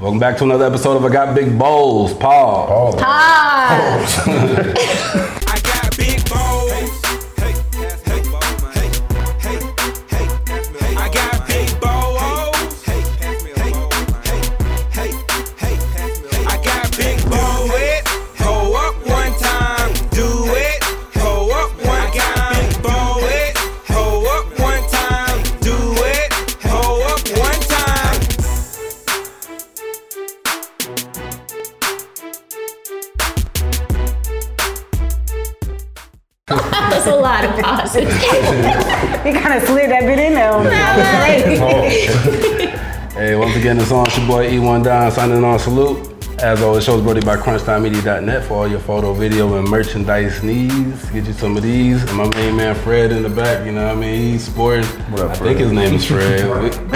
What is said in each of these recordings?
Welcome back to another episode of I Got Big Bowls. Paul. All of Ah, I got big balls. Hey, hey, hey, hey, hey, hey. I got big balls. Hey, hey, hey, hey, hey, hey. I got big balls. Do it, go up one time. Do it, go up one time. Do it, go up one time. Do it, go up one time. that's a lot of pauses. He kind of slid that bit in there. Hey, once again, it's on. It's your boy E1 Don signing on. Salute. As always, shows brought to you by CrunchTimeMedia.net for all your photo, video, and merchandise needs. Get you some of these. And my main man Fred in the back, you know what I mean? He's sporting. What up, I Fred? think his name is Fred. if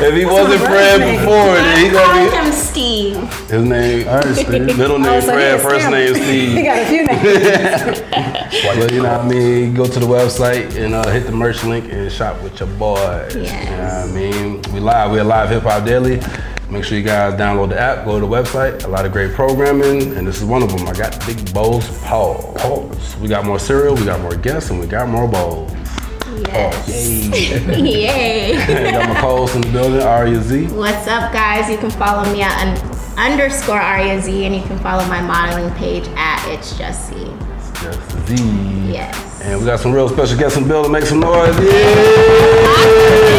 that. he wasn't Fred name? before, then he I gonna be called him Steve. his name. All right, Steve. Middle name so he Fred, a first scammer. name Steve. He got a few names. But you know what I mean? Go to the website and uh, hit the merch link and shop with your boy. Yes. You know what I mean? We live. We're live Hip Hop Daily. Make sure you guys download the app, go to the website. A lot of great programming, and this is one of them. I got Big Bowls Paws. We got more cereal, we got more guests, and we got more bowls. Yes. Hey. Yay. we got my co-host in the building, Arya Z. What's up, guys? You can follow me at un- underscore Aria Z, and you can follow my modeling page at It's Just C. It's just Z. Yes. And we got some real special guests in the building. Make some noise. Yeah!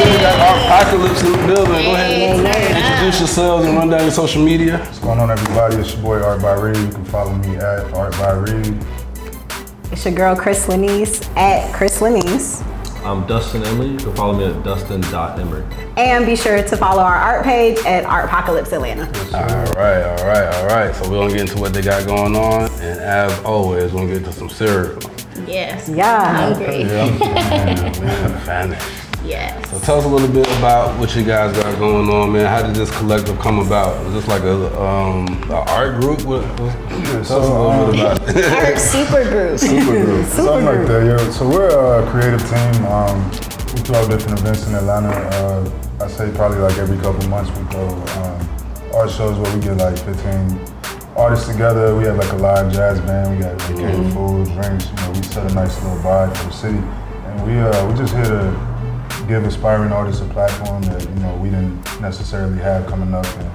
We got our Apocalypse in the building. Go ahead and introduce yourselves and run down your social media. What's going on, everybody? It's your boy Art by Reed. You can follow me at Art by Reed. It's your girl Chris Lenise at Chris Lenise. I'm Dustin Emily. You can follow me at dustin.emery. And be sure to follow our art page at Artpocalypse Atlanta. All right, all right, all right. So we're gonna get into what they got going on, and as always, we're gonna get into some cereal. Yes. Yeah. Hungry. Man, famished. Yes. So tell us a little bit about what you guys got going on, man. How did this collective come about? Was this like a um, an art group? What, what, tell us a little bit about it. Art super group. Something like that, yo. So we're a creative team. Um, we throw different events in Atlanta. Uh, I say probably like every couple months we throw um, art shows where we get like 15 artists together. We have like a live jazz band. We got like catered food, drinks. You know, we set a nice little vibe for the city, and we uh, we just here to give aspiring artists a platform that you know we didn't necessarily have coming up. And,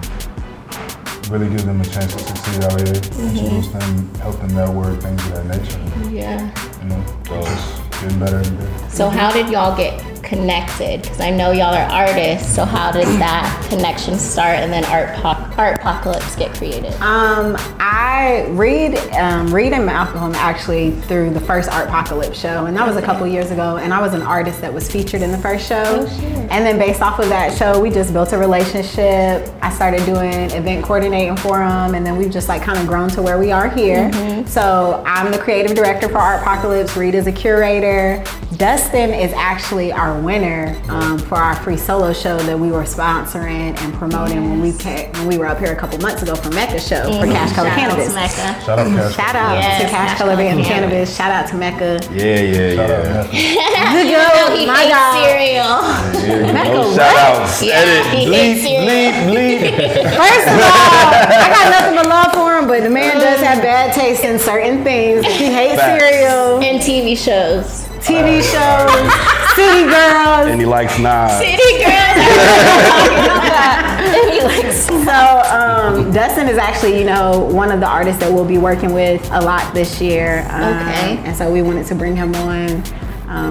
Really give them a chance to succeed out here, introduce them, help them network, things of that nature Yeah. you know, just getting better every day. So how did y'all get connected? Because I know y'all are artists. So how did that connection start, and then art po- art apocalypse get created? Um, I read um, Reed and Malcolm actually through the first Art Apocalypse show, and that was a couple years ago. And I was an artist that was featured in the first show, and then based off of that show, we just built a relationship. I started doing event coordinating for them, and then we've just like kind of grown to where we are here. Mm-hmm. So I'm the creative director for Art Apocalypse. Reed is a curator. Dustin is actually our winner um, for our free solo show that we were sponsoring and promoting when we came, when we were up here a couple months ago for Mecca Show for Cash Color Mm-hmm. Shout out to Cannabis. Mecca. Shout out Cash. Shout out Yes, to Cash Cash Color Color and Cannabis. Cannabis. Shout out to Mecca. Yeah, yeah, Shout out, yeah. yeah. The Oh, he my hates God. cereal. yeah. Mecca, No what? shout outs. Yeah, Edit. he Bleep, hates cereal. bleep, bleep. First of all, I got nothing but love for him, but the man does Mm. have bad taste in certain things. He hates Facts. cereal, And TV shows. TV shows, city girls. And he likes knives. City girls. So um, Dustin is actually, you know, one of the artists that we'll be working with a lot this year. Um, Okay. And so we wanted to bring him on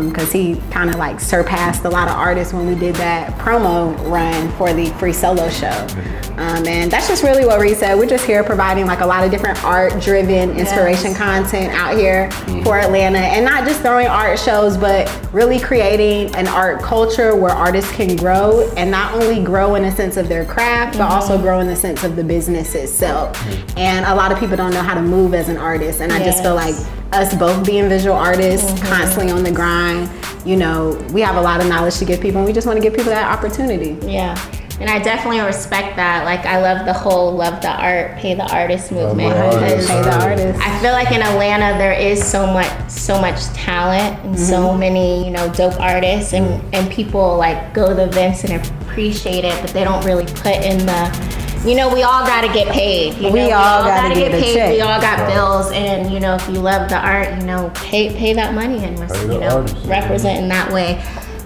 because he kind of like surpassed a lot of artists when we did that promo run for the free solo show. Um, and that's just really what Reed said. We're just here providing like a lot of different art-driven inspiration content out here for Atlanta, and not just throwing art shows, but really creating an art culture where artists can grow and not only grow in a sense of their craft, but also grow in the sense of the business itself. And a lot of people don't know how to move as an artist, and I just feel like Yes. us both being visual artists, constantly on the grind. You know, we have a lot of knowledge to give people, and we just want to give people that opportunity. yeah. And I definitely respect that. Like, I love the whole love the art, pay the artist movement. the artist. because Pay the artist. I feel like in Atlanta there is so much so much Mm-hmm. talent and so many, you know, dope artists and, and people like go to the events and appreciate it, but they don't really put in the, you know, we all gotta get paid. You know? We all gotta get a paid. check. We all got bills, and you know, if you love the art, you know, pay pay that money and Pay the you know artist. represent in that way.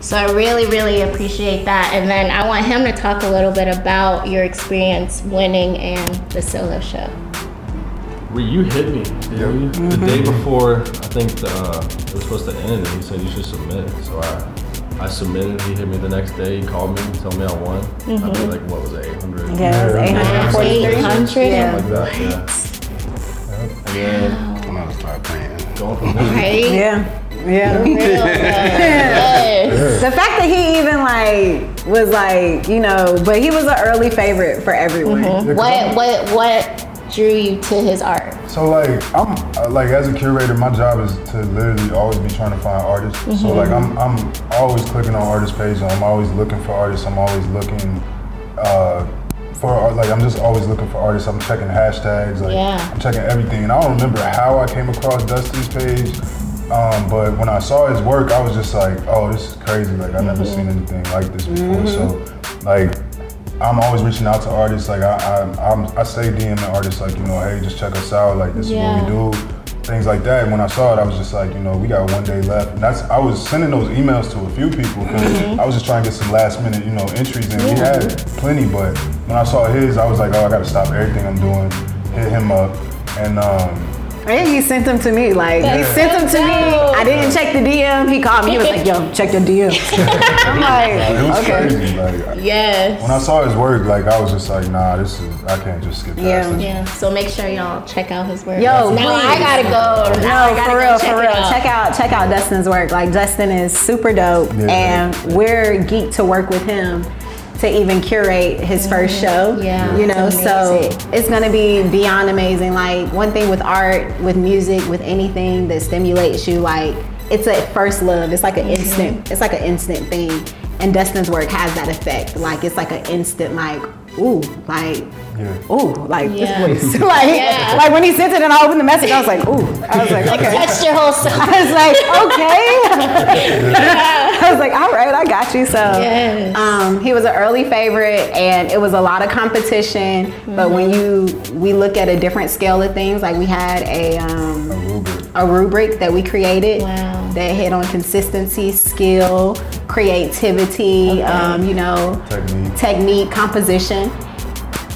So I really, really appreciate that. And then I want him to talk a little bit about your experience winning and the solo show. Re- You hit me, dude. The day before, I think the, uh, it was supposed to end, and he said you should submit. So I, I submitted. He hit me the next day. He called me, told me I won. I did like what was it, 800? Yeah, it was Yeah. 843. 800? Yeah. Like that, yeah. And then I'm gonna start playing. going from there. Right? Yeah. Yeah. Real good. Yes. The fact that he even like was like, you know, but he was an early favorite for everyone. Mm-hmm. What what what drew you to his art? So like I'm uh, like as a curator, my job is to literally always be trying to find artists. So like I'm I'm always clicking on artist pages. I'm always looking for artists. I'm always looking uh, for art. Like I'm just always looking for artists. I'm checking hashtags. Like Yeah. I'm checking everything. And I don't remember how I came across Dusty's page. Um, but when I saw his work, I was just like, oh, this is crazy. Like I've never seen anything like this before. So like I'm always reaching out to artists. Like I, I, I'm, I say DM to artists, like you know, hey, just check us out. Like this Yeah. is what we do, things like that. And when I saw it, I was just like, you know, we got one day left. And that's I was sending those emails to a few people because Mm-hmm. I was just trying to get some last minute, you know, entries, and we had plenty. But when I saw his, I was like, oh, I got to stop everything I'm doing, hit him up, and um, And he sent them to me. Like he sent them to me. I didn't check the DM. He called me. He was like, "Yo, check your DM." I'm it was like, okay. crazy. Like when Yes. I saw his work, like I was just like, nah, this is I can't just skip past Yeah. this. Yeah. So make sure y'all check out his work. Yo, now I please. gotta go. Now Oh, I No, gotta go for real, check for it real. out. Check out, check out Dustin's work. Like Dustin is super dope, Yeah. and we're geek to work with him to even curate his first show. Yeah, you know, it's so amazing. it's gonna be beyond amazing. Like one thing with art, with music, with anything that stimulates you, like it's a first love. It's Mm-hmm. like an instant. It's like an instant thing, and Dustin's work has that effect. Like it's like an instant, like ooh, like. Yeah. Ooh, like Yeah. this place. like, Yeah. like when he sent it and I opened the message, I was like, ooh. I was like, okay. Touch your whole self. I was like, okay. I was like, all right, I got you. So Yes. um, he was an early favorite, and it was a lot of competition. But when you Mm-hmm. we look at a different scale of things, like we had a A um, little bit. a rubric that we created Wow. that hit on consistency, skill, creativity, um, you know, Technique. technique, composition.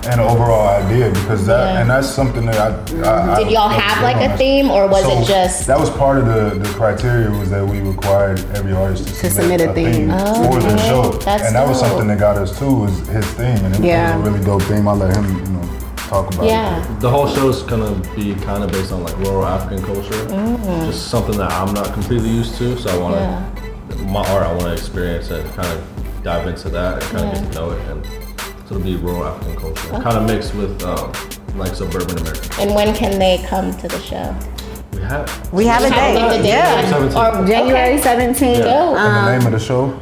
and overall idea because that Yeah. and that's something that I, I Did y'all have like a theme or was it just that was part of the, the criteria was that we required every artist to, submit a theme. for the okay. show That's and that was dope. something that got us too was his theme and it Yeah. was a really dope theme I let him you know talk about yeah. The whole show's gonna be kind of based on like rural African culture, just something that I'm not completely used to. So I want to, my art, I want to experience it, kind of dive into that, and kind of Yeah. get to know it, and so it'll be rural African culture, kind of mixed with um, like suburban America. And when can they come to the show? We have We have a Have date. like the date Yeah. yet? Or January okay. 17th. Dope. it. And the Um, name of the show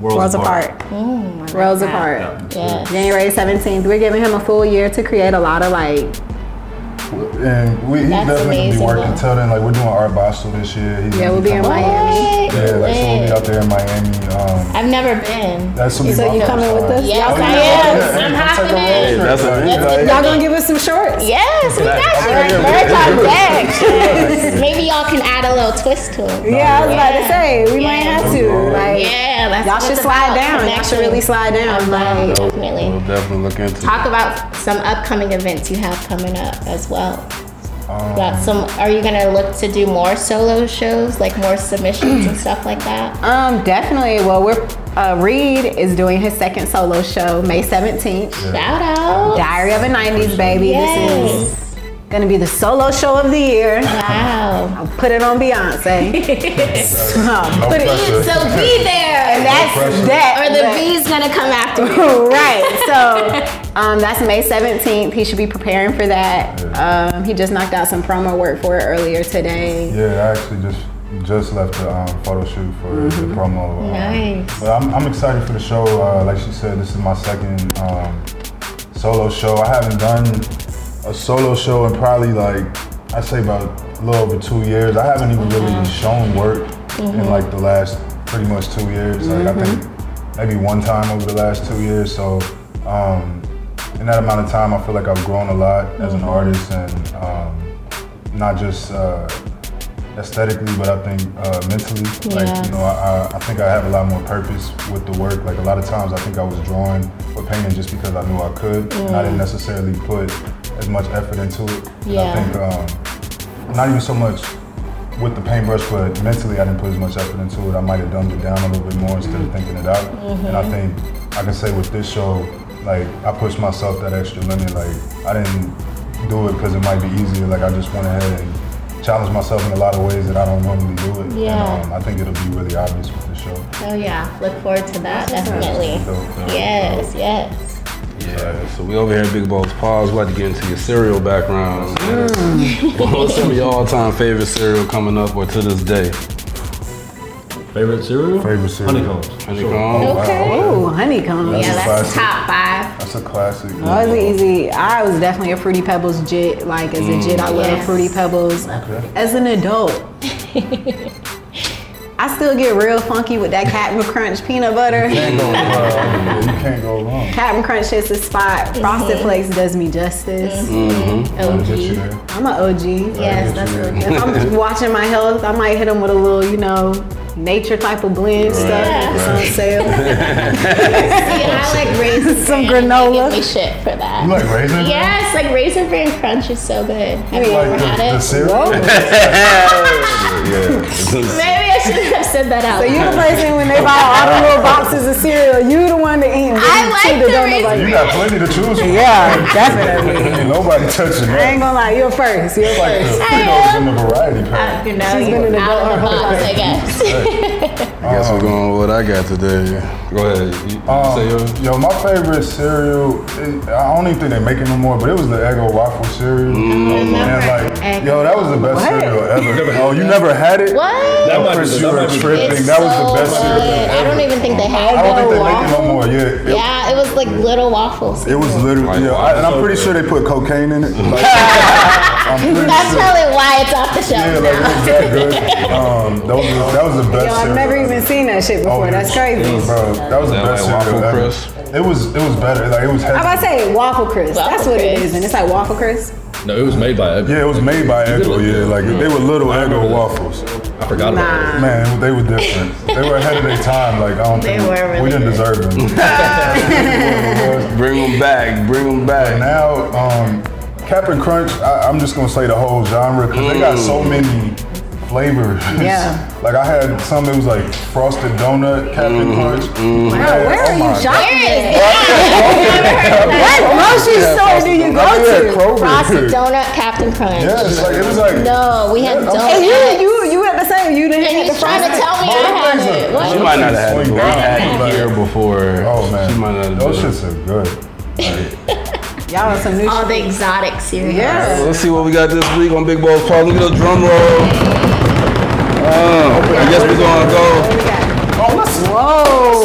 worlds, Worlds apart. Worlds that. apart. Yeah. Yes. January 17th. We're giving him a full year to create a lot of like, and we he's That's definitely gonna amazing, be working though. till then like we're doing art Basel this year He's yeah, gonna we'll be in coming- Miami. yeah like so we'll be Lit. out there in Miami um I've never been. that's gonna be So my you first coming with time. us? Yes, Oh, yeah. I Yeah, am. yeah, I'm yeah. hopping Hey, in. that's a- Like, Y'all gonna give us some shorts? Yes, we got you. Like birds on deck. Maybe y'all can add a little twist to it. Yeah, I was about to Yeah. say, we Yeah. might have to. Like, Yeah, that's y'all what should it's slide about, down. Y'all should connection. really slide down. Um, Like, definitely. We'll definitely look into it. Talk about some upcoming events you have coming up as well. Um, Got some. Are you gonna look to do more solo shows, like more submissions and stuff like that? um, definitely. Well, we're, uh, Reed is doing his second solo show May 17th. Shout out. Diary of a 90s Baby. This is Yes. gonna be the solo show of the year. Wow. Put it on Beyonce. No Put it- pressure. So be there. That's pressure. that. Or the That- V's gonna come after you. right. So um, that's May 17th. He should be preparing for that. Um, he just knocked out some promo work for it earlier today. Yeah, I actually just just left the um, photo shoot for the promo. um, Nice. But I'm, I'm excited for the show. Uh, like she said, this is my second um, solo show. I haven't done a solo show in probably like I say about a little over two years. I haven't even really shown work in like the last pretty much two years. Like I think maybe one time over the last two years. So um, in that amount of time, I feel like I've grown a lot as an artist and um, not just uh, aesthetically, but I think uh, mentally. Like, you know, I, I- I think I have a lot more purpose with the work. Like, a lot of times I think I was drawing or painting just because I knew I could, and I didn't necessarily put as much effort into it. And Yeah. I think um, not even so much with the paintbrush, but mentally I didn't put as much effort into it. I might have dumbed it down a little bit more instead of thinking it out. Mm-hmm. And I think I can say with this show, like I pushed myself that extra limit. Like I didn't do it because it might be easier. Like I just went ahead and challenged myself in a lot of ways that I don't normally do it. Yeah. And um, I think it'll be really obvious with the show. Oh yeah, look forward to that definitely. So, Yes, yes. Yeah, so we over here at Big Balls Pause. We're about to get into your cereal background. What's some of your all-time favorite cereal coming up or to this day? Favorite cereal? Favorite cereal. Honeycombs. Honeycomb? Okay. Ooh, honeycomb. That's Yeah, a that's classic. top five. That's a classic. That was easy. I was definitely a Fruity Pebbles jit. Like as a jit, I love Yes. Fruity Pebbles. Okay. As an adult, I still get real funky with that Captain Crunch peanut butter. Can't go wrong. um, You can't go wrong. Captain Crunch hits the spot. Frosted Flakes does me justice. I'll get you OG. there. I'm an OG. Yes, I'll that's get OG. you there. If I'm watching my health, I might hit them with a little, you know, nature type of blend stuff that's on sale. See, I like raisin Some bran. They granola. Give me shit for that. You like raisin? Yes, like raisin bran crunch is so good. Have you ever Like the, the had it? cereal? Maybe I shouldn't have said that out. so you the person when they buy all the little boxes of cereal, you the one to eat. and I you like see the don't raisin- nobody- You got plenty to choose from. Yeah, definitely. Ain't nobody touching I ain't that. gonna lie, you're first. You're Like first. the Fritos um, in the variety pack. you know, She's been you're in the out of the dark. box, I guess. I guess Oh. we're going with what I got today. Go ahead. You, you say yours. Um, yo, my favorite cereal, it, I don't even think they make it no more, but it was the Eggo waffle cereal. Mm. And like, yo, that was the best What? cereal ever. Oh, you never had it? What? That might be you the- that were might be the- tripping. It's that was so the best cereal. good. I don't even think they have I don't think it. they make it no more. Yeah. It, Yeah, it was like little waffles. it was Like, literally, yeah, I, and I'm pretty sure they put cocaine in it. Like, I'm pretty That's sure. probably why it's off the Yeah, shelf like it was now. that good. Um, that was that was the best. Yo, I've cereal never ever. even seen that shit before. Oh, That's yeah. crazy. Yeah, bro, that was the That best like cereal waffle ever. crisp? It was it was better. Like it was heavy. How about I say waffle crisp? Waffle That's what it crisp. is, and it's like waffle crisp. No, it was made by Eggo. yeah, it was made by Eggo. Yeah, like they were little Eggo waffles. I forgot about Nah. Man, they were different. they were ahead of their time. Like I don't They think were really we didn't good. deserve them. But Bring them back. Bring them back. now, um, Captain Crunch. I, I'm just gonna say the whole genre because they got Mm. so many flavors. Yeah. like I had some. It was like frosted donut, Captain Mm-hmm, Crunch. Oh Bro, where are you shopping? What grocery store do you go to? Frosted donut, Captain Crunch. Yes, like it was like No, we had Yeah, I'm- And donut. you, you, you at the same. You didn't And hit you the trying to frosted. tell me I had it? She What? might not have had it. Swing before. back. I've had it here before. Oh man, She might not have those done it. shits are good. Y'all on some new All shit. the exotic cereals. Yeah. Let's see what we got this week on Big Balls Pause. Look at the drum roll. Uh, I guess we're gonna go Oh, let's Whoa.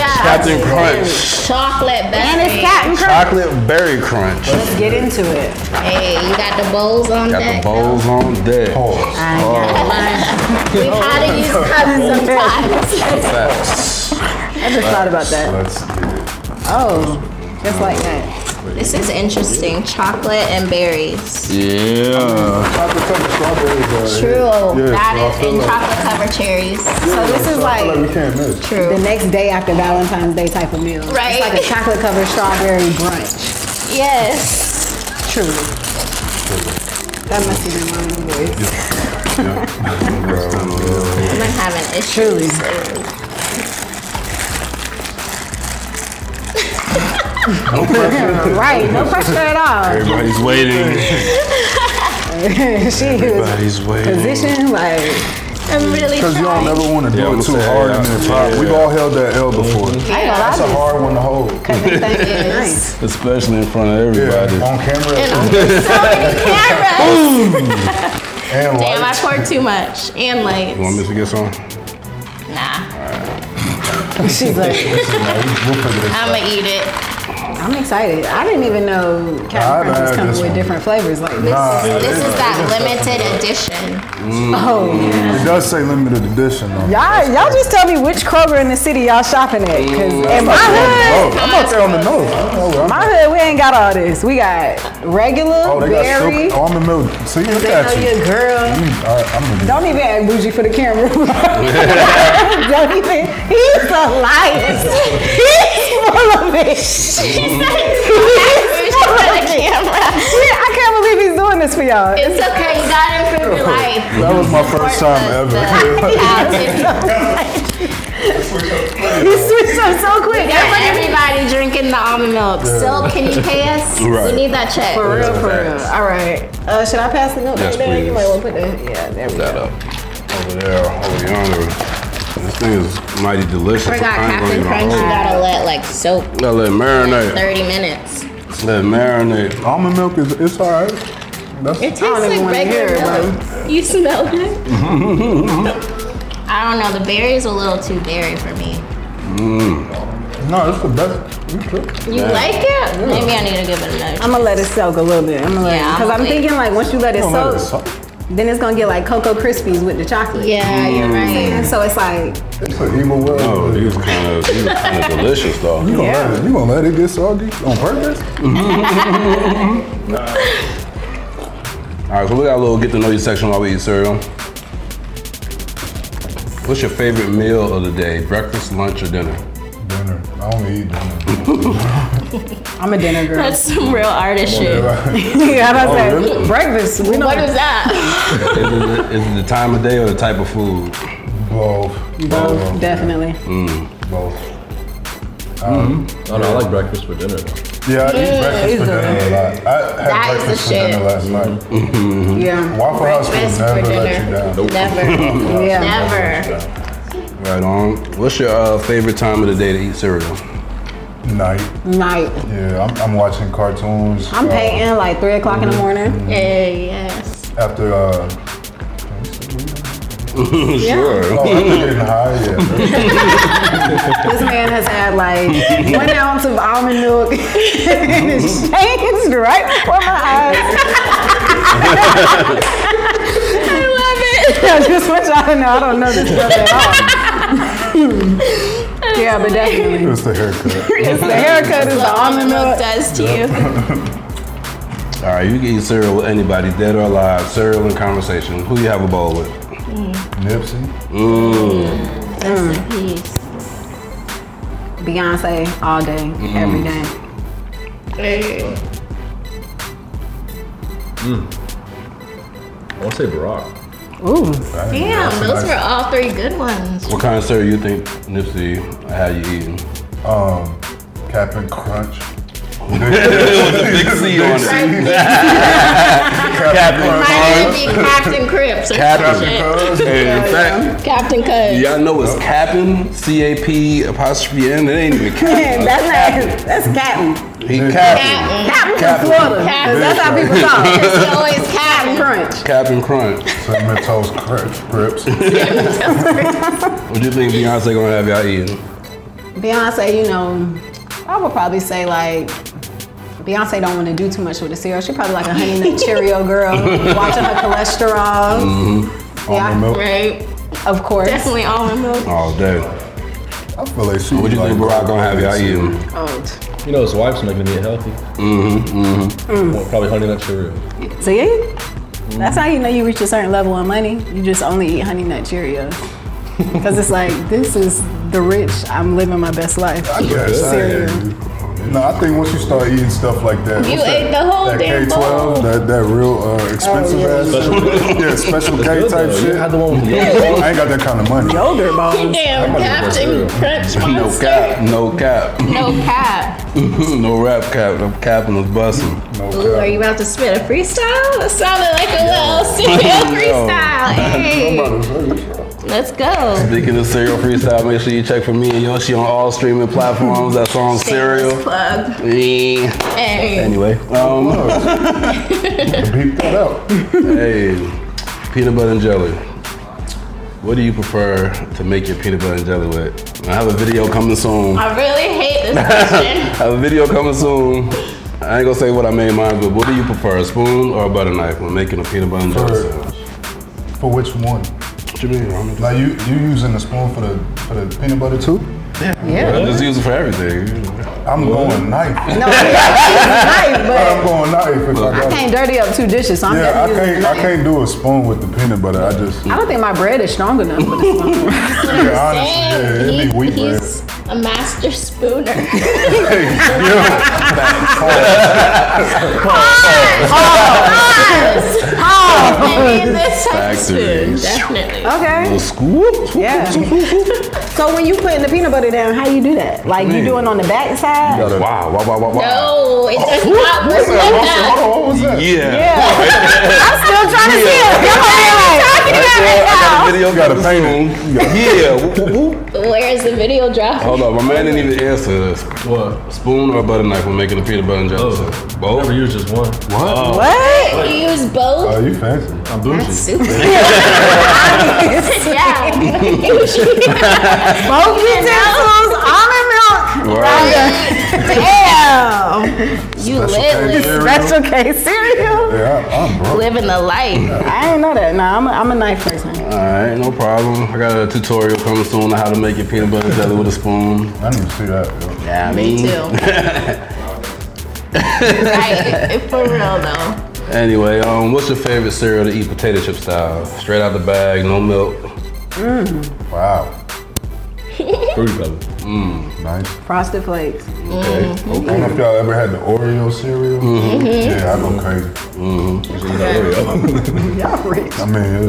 Captain Crunch, Chocolate And it's bag. Captain Crunch. chocolate berry crunch. Let's get into it. Hey, you got the bowls on Got deck. the bowls on deck. pause. Oh, We've had to use cups sometimes. Facts. I just thought about that. Let's get it. Oh, just like that. this is interesting. Chocolate and berries. Yeah. Chocolate covered strawberries. True. that so I is feel in like- chocolate covered cherries. So this is I feel like like we can't miss. True. the next day after Valentine's Day type of meal. Right. It's like a chocolate covered strawberry brunch. Yes. Truly. That must have been my new voice. I'm having issues. Truly. Right. No pressure at all. Everybody's waiting. she is Everybody's waiting. positioned like. I'm really Because you don't trying. ever want to do Yeah, it I'm too saying, hard in the yeah, pot. yeah. Mm-hmm. We've all held that L before. I ain't That's gonna a lie. hard one to hold. Yeah, This thing is Yes. nice. Especially in front of everybody. on camera So many cameras. and Damn, I lights. poured too much. And You want me lights. to get some? Nah. She's like, We'll figure this out. I'ma eat it. I'm excited. I didn't even know Nah, I Captain Crunch was had coming this with one. different flavors like this. Nah, it, This Oh, is- is that limited edition. Oh, it does say limited edition though. y'all, y'all just tell me which Kroger in the city y'all shopping at, because in my hood, Oh, I'm not there on the nose. I don't know. my hood, we ain't got all this. We got regular, Oh, they got berry. silk almond milk. See, look at you. your girl. Mm, all right, I'm gonna do Don't even act bougie for the camera. Don't even. He's a liar. He's full of it. It's I can't believe he's doing this for y'all. okay, you gotta improve your life. That was my first time ever. He switched up so quick. Everybody drinking the almond milk. Still, can you pay us? Right. We need that check. For real, for real. All right. Uh, should I pass the note? Yes, right there? You please. might want to put the. Yeah, there we that go. up. Over there, over yonder. This thing is mighty delicious. Forgot I ain't gonna Captain even Crunch. You hold it. gotta let like soak Gotta let it marinate. 30 minutes. Let it marinate. almond milk is it's all right. That's, It tastes don't even like wanna hear regular it, milk. You smell it? I don't know. The berry's a little too berry for me. no, it's the best. You could- You like it? Maybe I need to give it another. I'm gonna let it soak a little bit. I'm gonna Yeah, let because I'ma I'm wait. thinking like once you let it you don't let it soak, soak. then it's gonna get like Cocoa Krispies with the chocolate. Yeah, you're right. And so it's like It's an evil world. Oh, these kind of these kind of delicious though. You gonna, let it, you gonna let it get soggy on purpose? All right, so we got a little get to know you section while we eat cereal. What's your favorite meal of the day? Breakfast, lunch, or dinner? Dinner. I only eat dinner. I'm a dinner girl. That's some real artist shit. yeah, that's it. really? Breakfast. We know What is that? Is it, is it the time of day or the type of food? Both. both definitely. Both. No, no, I like breakfast for dinner. though. Yeah, I eat breakfast for either. dinner a lot. I had That is the breakfast for shit. dinner last night. Yeah. Waffle House Breakfast will for never let you dinner. down. Never. Yeah. Never. Right on. What's your uh, favorite time of the day to eat cereal? Night. Night. Yeah, I'm, I'm watching cartoons. I'm uh, painting like three o'clock in the morning. Yeah, yes. After uh, sure. oh, after getting high, yeah. This man has had like one ounce of almond milk and it's changed right before my eyes. I love it. I just want y'all to know I don't know this stuff at all. yeah, but definitely. It's the haircut. It's the haircut, is the almond milk. does to you. All right, you can eat cereal with anybody, dead or alive. Cereal and conversation. Who you have a bowl with? Nipsey. Peace. Beyonce all day, every day. I want to say Barack. Ooh. Damn, those were all three good ones. What kind of cereal you think Nipsey had you eating? Um, Captain Crunch. Big C on it. Captain Mine would be Captain Crips. or some shit. Crunch. And in fact, Captain Cuz. y'all know it's capping, C A P apostrophe N. It ain't even capping. That's not, that's Captain. He capping. Captain. Captain from Captain. Florida. Captain. That's how people call it. It's always Captain Crunch. Captain Crunch. Cinnamon Toast Crunch Grips. What do you think Beyonce gonna have y'all eating? Beyonce, you know, I would probably say like Beyonce don't want to do too much with the cereal. She probably like a honey nut Cheerio girl, watching her cholesterol. Mm. Almond milk. Right? Of course. Definitely almond milk. All day. I feel like she What do you like think Barack gonna have y'all eating? Oh. You know, his wife's making him eat healthy. Mm-hmm, mm-hmm. Well, probably Honey Nut Cheerios. See? Mm. That's how you know you reach a certain level of money. You just only eat honey nut Cheerios. Cause it's like this is the rich. I'm living my best life. I guess. Cereal. No, I think once you start eating stuff like that, You what's that- ate the whole that damn K12, bowl. that that real uh, Oh, expensive ass, special, yeah, special K Good, type though. You shit. had the one with the I ain't got that kind of money. Yogurt bones. Damn, Captain Crunch No monster. cap, no cap, No cap. no rap cap. I'm capping is busting. No Ooh, are cap. you about to spit a freestyle? That sounded like a little serial freestyle. Hey, let's go. Speaking of cereal freestyle, make sure you check for me and Yoshi on all streaming platforms. That song Shameless Cereal. Plug. Eh. Hey. Anyway, um, Beep that out. hey, peanut butter and jelly. What do you prefer to make your peanut butter and jelly with? I have a video coming soon. I really hate this question. I have a video coming soon. I ain't gonna say what I made mine, but what do you prefer, a spoon or a butter knife when making a peanut butter and jelly For- sandwich? For which one? What you mean? I'm Like you, you using the spoon for the for the peanut butter too? I just use it for everything. I'm going knife. No, it's nice, but I'm going knife if I I got it. can't dirty up two dishes, so I'm Um, Yeah, I definitely using can't. I knife. can't do a spoon with the peanut butter. I just. I Yeah, don't think my bread is strong enough for this one. honestly, yeah, it'd He- be weak, man. he's a master spooner. Oh, I mean, this has been Factories. definitely. okay. Little scoop. Yeah. So when you putting the peanut butter down, how you do that? Like you doing on the back side? Wow, wow, wow, wow, wow. No, it does not work like that. Hold on, what was that? Yeah. Yeah. I'm Yeah, still trying to see it. Come on, talking about it I got now. a video, got a painting. Yeah. whoop, whoop, whoop. Where's the video drop? Hold on, my man didn't even answer this. What? Spoon or butter knife when making a peanut butter and Oh. jelly sandwich? Both. Never use just one. What? What? You use both? Oh, you fancy? I'm bougie. Super. yeah. Both utensils, almond milk. Right. Damn. You Special live, K Special case cereal. Yeah, I'm broke. living the life. I ain't know that. Nah, I'm a, I'm a knife person. Alright, no problem. I got a tutorial coming soon on how to make your peanut butter and jelly with a spoon. I didn't even see that. Yo. Yeah, I Me mean. too. right. For real though. Anyway, um, what's your favorite cereal to eat potato chip style? Straight out the bag, no milk. Wow, Fruity Pebbles. nice. Frosted Flakes. Okay. I don't know if y'all ever had the Oreo cereal. Yeah, I go crazy. Y'all rich. I mean, it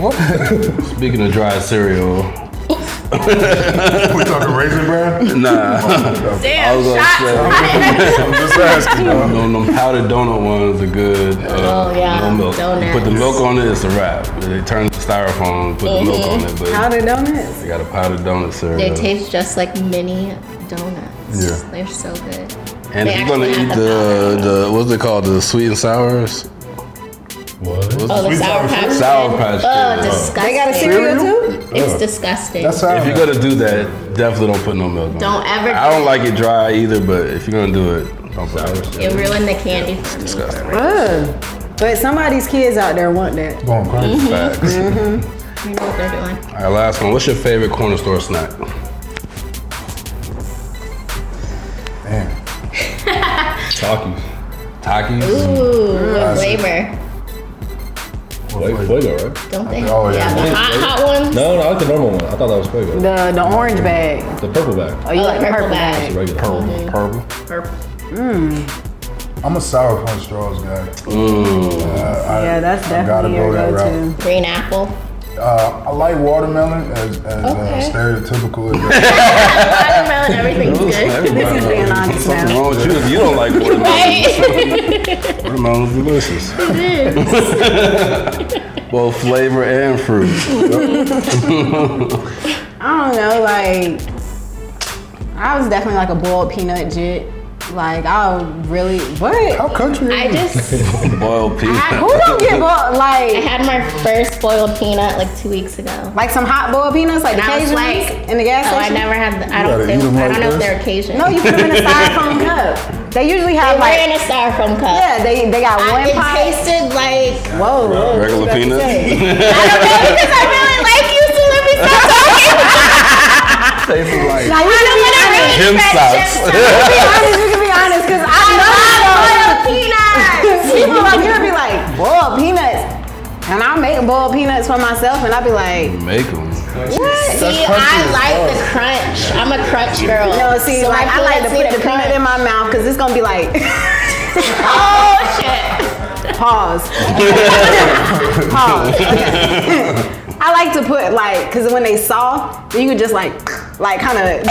was. Speaking of dry cereal, We talking raisin bran? nah. I was Damn, gonna shots. say, I'm just asking. dog. them, them powdered donut ones are good. Uh, Oh, yeah, No milk. You put the donuts. milk on it, it's a wrap. They turn it to styrofoam, put the milk on it, but Powdered donuts. they got a powdered donut cereal. Mm-hmm. They taste just like mini donuts. Yeah. They're so good. and they if you're gonna actually eat have the, the what's it called, the sweet and sours, What? Oh, the Sour Patch Kids. Sour Patch Oh, Kids. disgusting. They got a cereal too? It's disgusting. That's how. if you're gonna do that, definitely don't put no milk on Don't it. ever I do don't like it dry either, but if you're gonna do it, don't put it. it ruined the candy for me. Disgusting. Ugh. But somebody's kids out there want that. going crazy. Mm-hmm. Facts. You know what they're doing. All right, last one. What's your favorite corner store snack? Damn. Takis. Takis? Ooh, what flavor? Flavor, flavor, right? Don't they? Oh, yeah. the hot, hot ones. No, no, I like the normal one. I thought that was flavor. The the orange bag. The purple bag. Oh, you Oh, like the purple purple bag. bag. The regular. Purple. Purple. Purple. I'm a sour punch straws guy. Uh, I- Mm. Yeah, that's I gotta definitely your go that go-to. Green apple. Uh, I like watermelon as, as Okay. uh, stereotypical as that. Watermelon, everything's good. This is being honest What's now. wrong with you if you don't like watermelon? Right? Watermelon's delicious. Both flavor and fruit. I don't know, like I was definitely like a boiled peanut jit. Like I really what? How country? I is it? just Boiled Who peanut. don't get I boiled like had my first boiled peanut like two weeks ago. like some hot boiled peanuts, like the And I was Cajun like, in the gas Oh, I station? never had. The, I You don't. gotta They, eat 'em I like don't know if this. they're Cajun. No, you put them in a styrofoam cup. They usually they have were in like a styrofoam cup. yeah, they they got I, one it pie. tasted like Whoa, whoa, Regular what you about to peanuts? say? I don't know because I really like you, so let me stop talking. Tastes like Now I you can don't be want to honest. ruin Gym the socks. You can be honest. You can be honest, cause I Boiled know peanuts. people like you be like boiled peanuts, and I make boiled peanuts for myself, and I be like. Make them. See, I like the crunch. I'm a crunch girl. No, Oh, see, So my like I like to peanuts need put a the peanut in crunch. my mouth because it's gonna be like Oh shit! pause, pause. Okay. I like to put like because when they soft, you can just like like kind of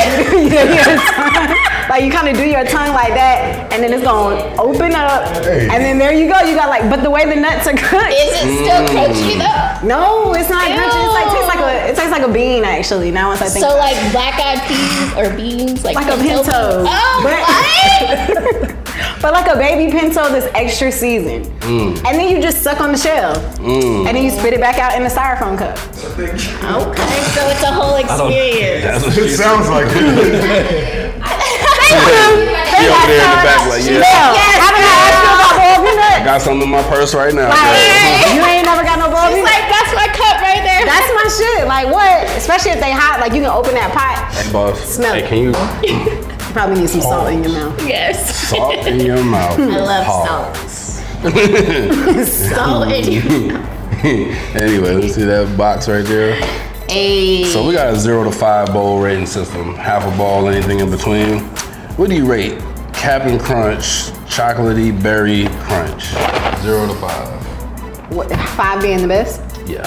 Like you kind of do your tongue like that, and then it's gonna open up, Hey. and then there you go. You got like, but the way the nuts are cooked, Is it still Mm. crunchy though? no, it's not crunchy. It's like tastes like a, it tastes like a bean actually. Now once I think, So about like black eyed peas or beans, like, Like a pinto. Oh, But- what? it. but like a baby pinto that's extra seasoned, Mm. and then you just suck on the shell, and then you spit it back out in the styrofoam cup. okay, so it's a whole experience. That's what It she said. sounds like it. She over there in the back like, yeah. Hell, haven't I asked you about boiled peanuts? Got something in my purse right now. girl. Like, you ain't never got no boiled It's peanuts. like that's my cup right there. That's my shit. Like what? Especially if they hot, like you can open that pot. Hey, boss. Smell Hey, it. can you You probably need some salt in your mouth. yes. salt in your mouth? I love Pause. salt. Salt in your anyway, let's see that box right there. Ayy. So we got a zero to five bowl rating system. Half a ball, anything in between. What do you rate? Captain Crunch, chocolatey berry crunch. Zero to five. What, five being the best. Yeah.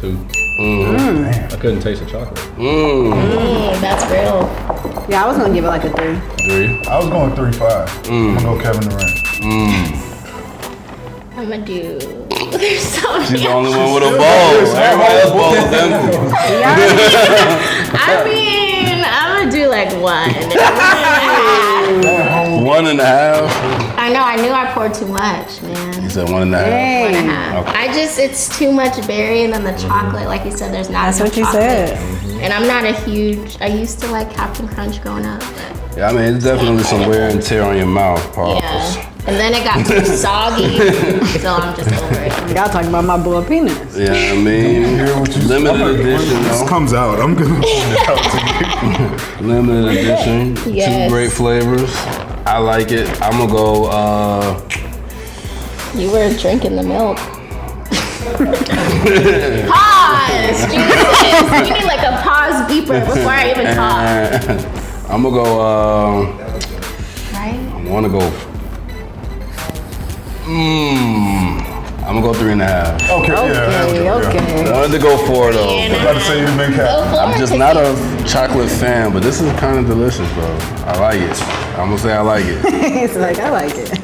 2 Mm-hmm. I couldn't taste the chocolate. Mm, that's real. Yeah, I was gonna give it like a three. Three. I was going three five. I'm gonna go Kevin Durant. I'm gonna do. There's so She's many. the only one with a bowl. Everybody else bowl is empty. I mean, I'm gonna do like one. One and a half. I know. I knew I poured too much, man. You said one and a half. One and a Hey, half. I just it's too much berry and then Mm-hmm. the chocolate, like you said, there's not. enough chocolate. And I'm not a huge. I used to like Captain Crunch growing up. But Yeah, I mean, it's definitely some wear and tear on your mouth. Pause. yeah. And then it got too soggy, so I'm just over it. Y'all talking about my boiled peanuts. Yeah, I mean, Hear what you- limited I'm like, edition, When this though. comes out, I'm gonna own it out to you. limited edition. Yes. Two great flavors. I like it. I'm gonna go. Uh, You were drinking the milk. pause. Jesus. You need like a pause beeper before I even talk. I'm gonna uh, go. Uh, Right? I want to go. Mmm. I'm gonna go three and a half. Okay, yeah. Okay, yeah. okay. I wanted to go four though. I'm about to say you've been Go cat. for I'm it. just not a chocolate fan, but this is kind of delicious, bro. I like it. I'm gonna say I like it. it's like I like it.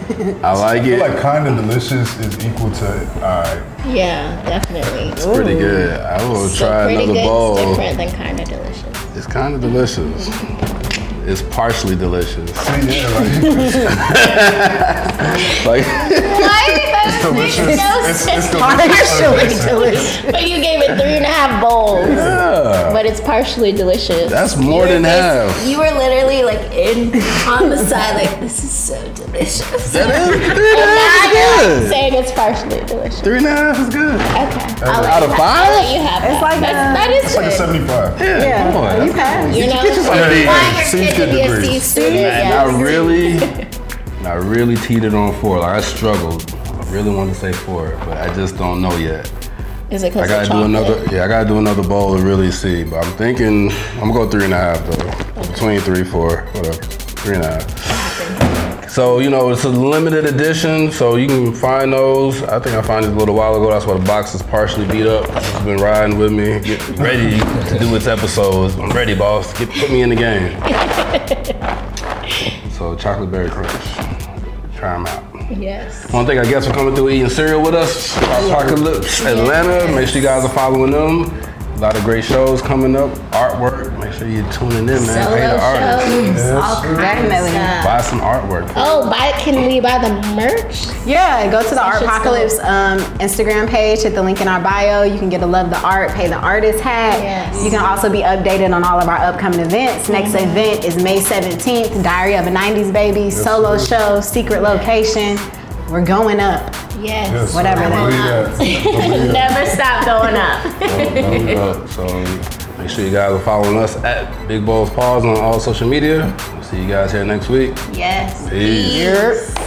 I like I feel it. like kind of delicious is equal to alright. Yeah, definitely. It's pretty good. I will So try pretty another good bowl. is different than kind of delicious. It's kind of delicious. It's partially delicious. See, yeah, like, Like Why? That makes delicious. no It's, sense. it's delicious. delicious. But you gave it three and a half bowls. But it's partially delicious. That's more You were than just- half. You were literally like in on the side, like this is so delicious. that is three and a Now half you're, is like, good. saying it's partially delicious. Three and a half is good. Okay. I'll let Out you of ha- five? I'll let you have It's that. like That's- a- that is It's like a good. 75. Yeah, Yeah, come on. you passed. You know, Get yourself you a degree. want your Seems kid to good be a degree. C student. And yes. I really, I really teetered on four. Like I struggled. I really wanted to say four, but I just don't know yet. Is it I because gotta of do another. chocolate? Yeah, I gotta do another bowl to really see. But I'm thinking I'm gonna go three and a half though. Between three, four, whatever. Three and a half. So you know it's a limited edition, so you can find those. I think I found this a little while ago. That's why the box is partially beat up. It's been riding with me, getting ready to do its episodes. I'm ready, boss. Get put me in the game. so chocolate berry crunch. Try them out. Yes. One thing I guess for coming through eating cereal with us, Apocalypse Atlanta. Make sure you guys are following them. A lot of great shows coming up, artwork. Make sure you're tuning in, man. Solo Pay the artist. shows. All kinds Definitely. of stuff. Buy some artwork. Oh, buy can we buy the merch? Yeah, go to the should Artpocalypse um, Instagram page. Hit the link in our bio. You can get a love the art, pay the artist hat. Yes. Mm-hmm. You can also be updated on all of our upcoming events. Next event is May 17th, Diary of a 90s Baby, solo show, secret location. We're going up. Yes. Yes, Whatever I believe that. I believe that. Never stop going up. up. uh, So make sure you guys are following us at Big Balls Paws on all social media. We'll see you guys here next week. yes. Peace. Peace.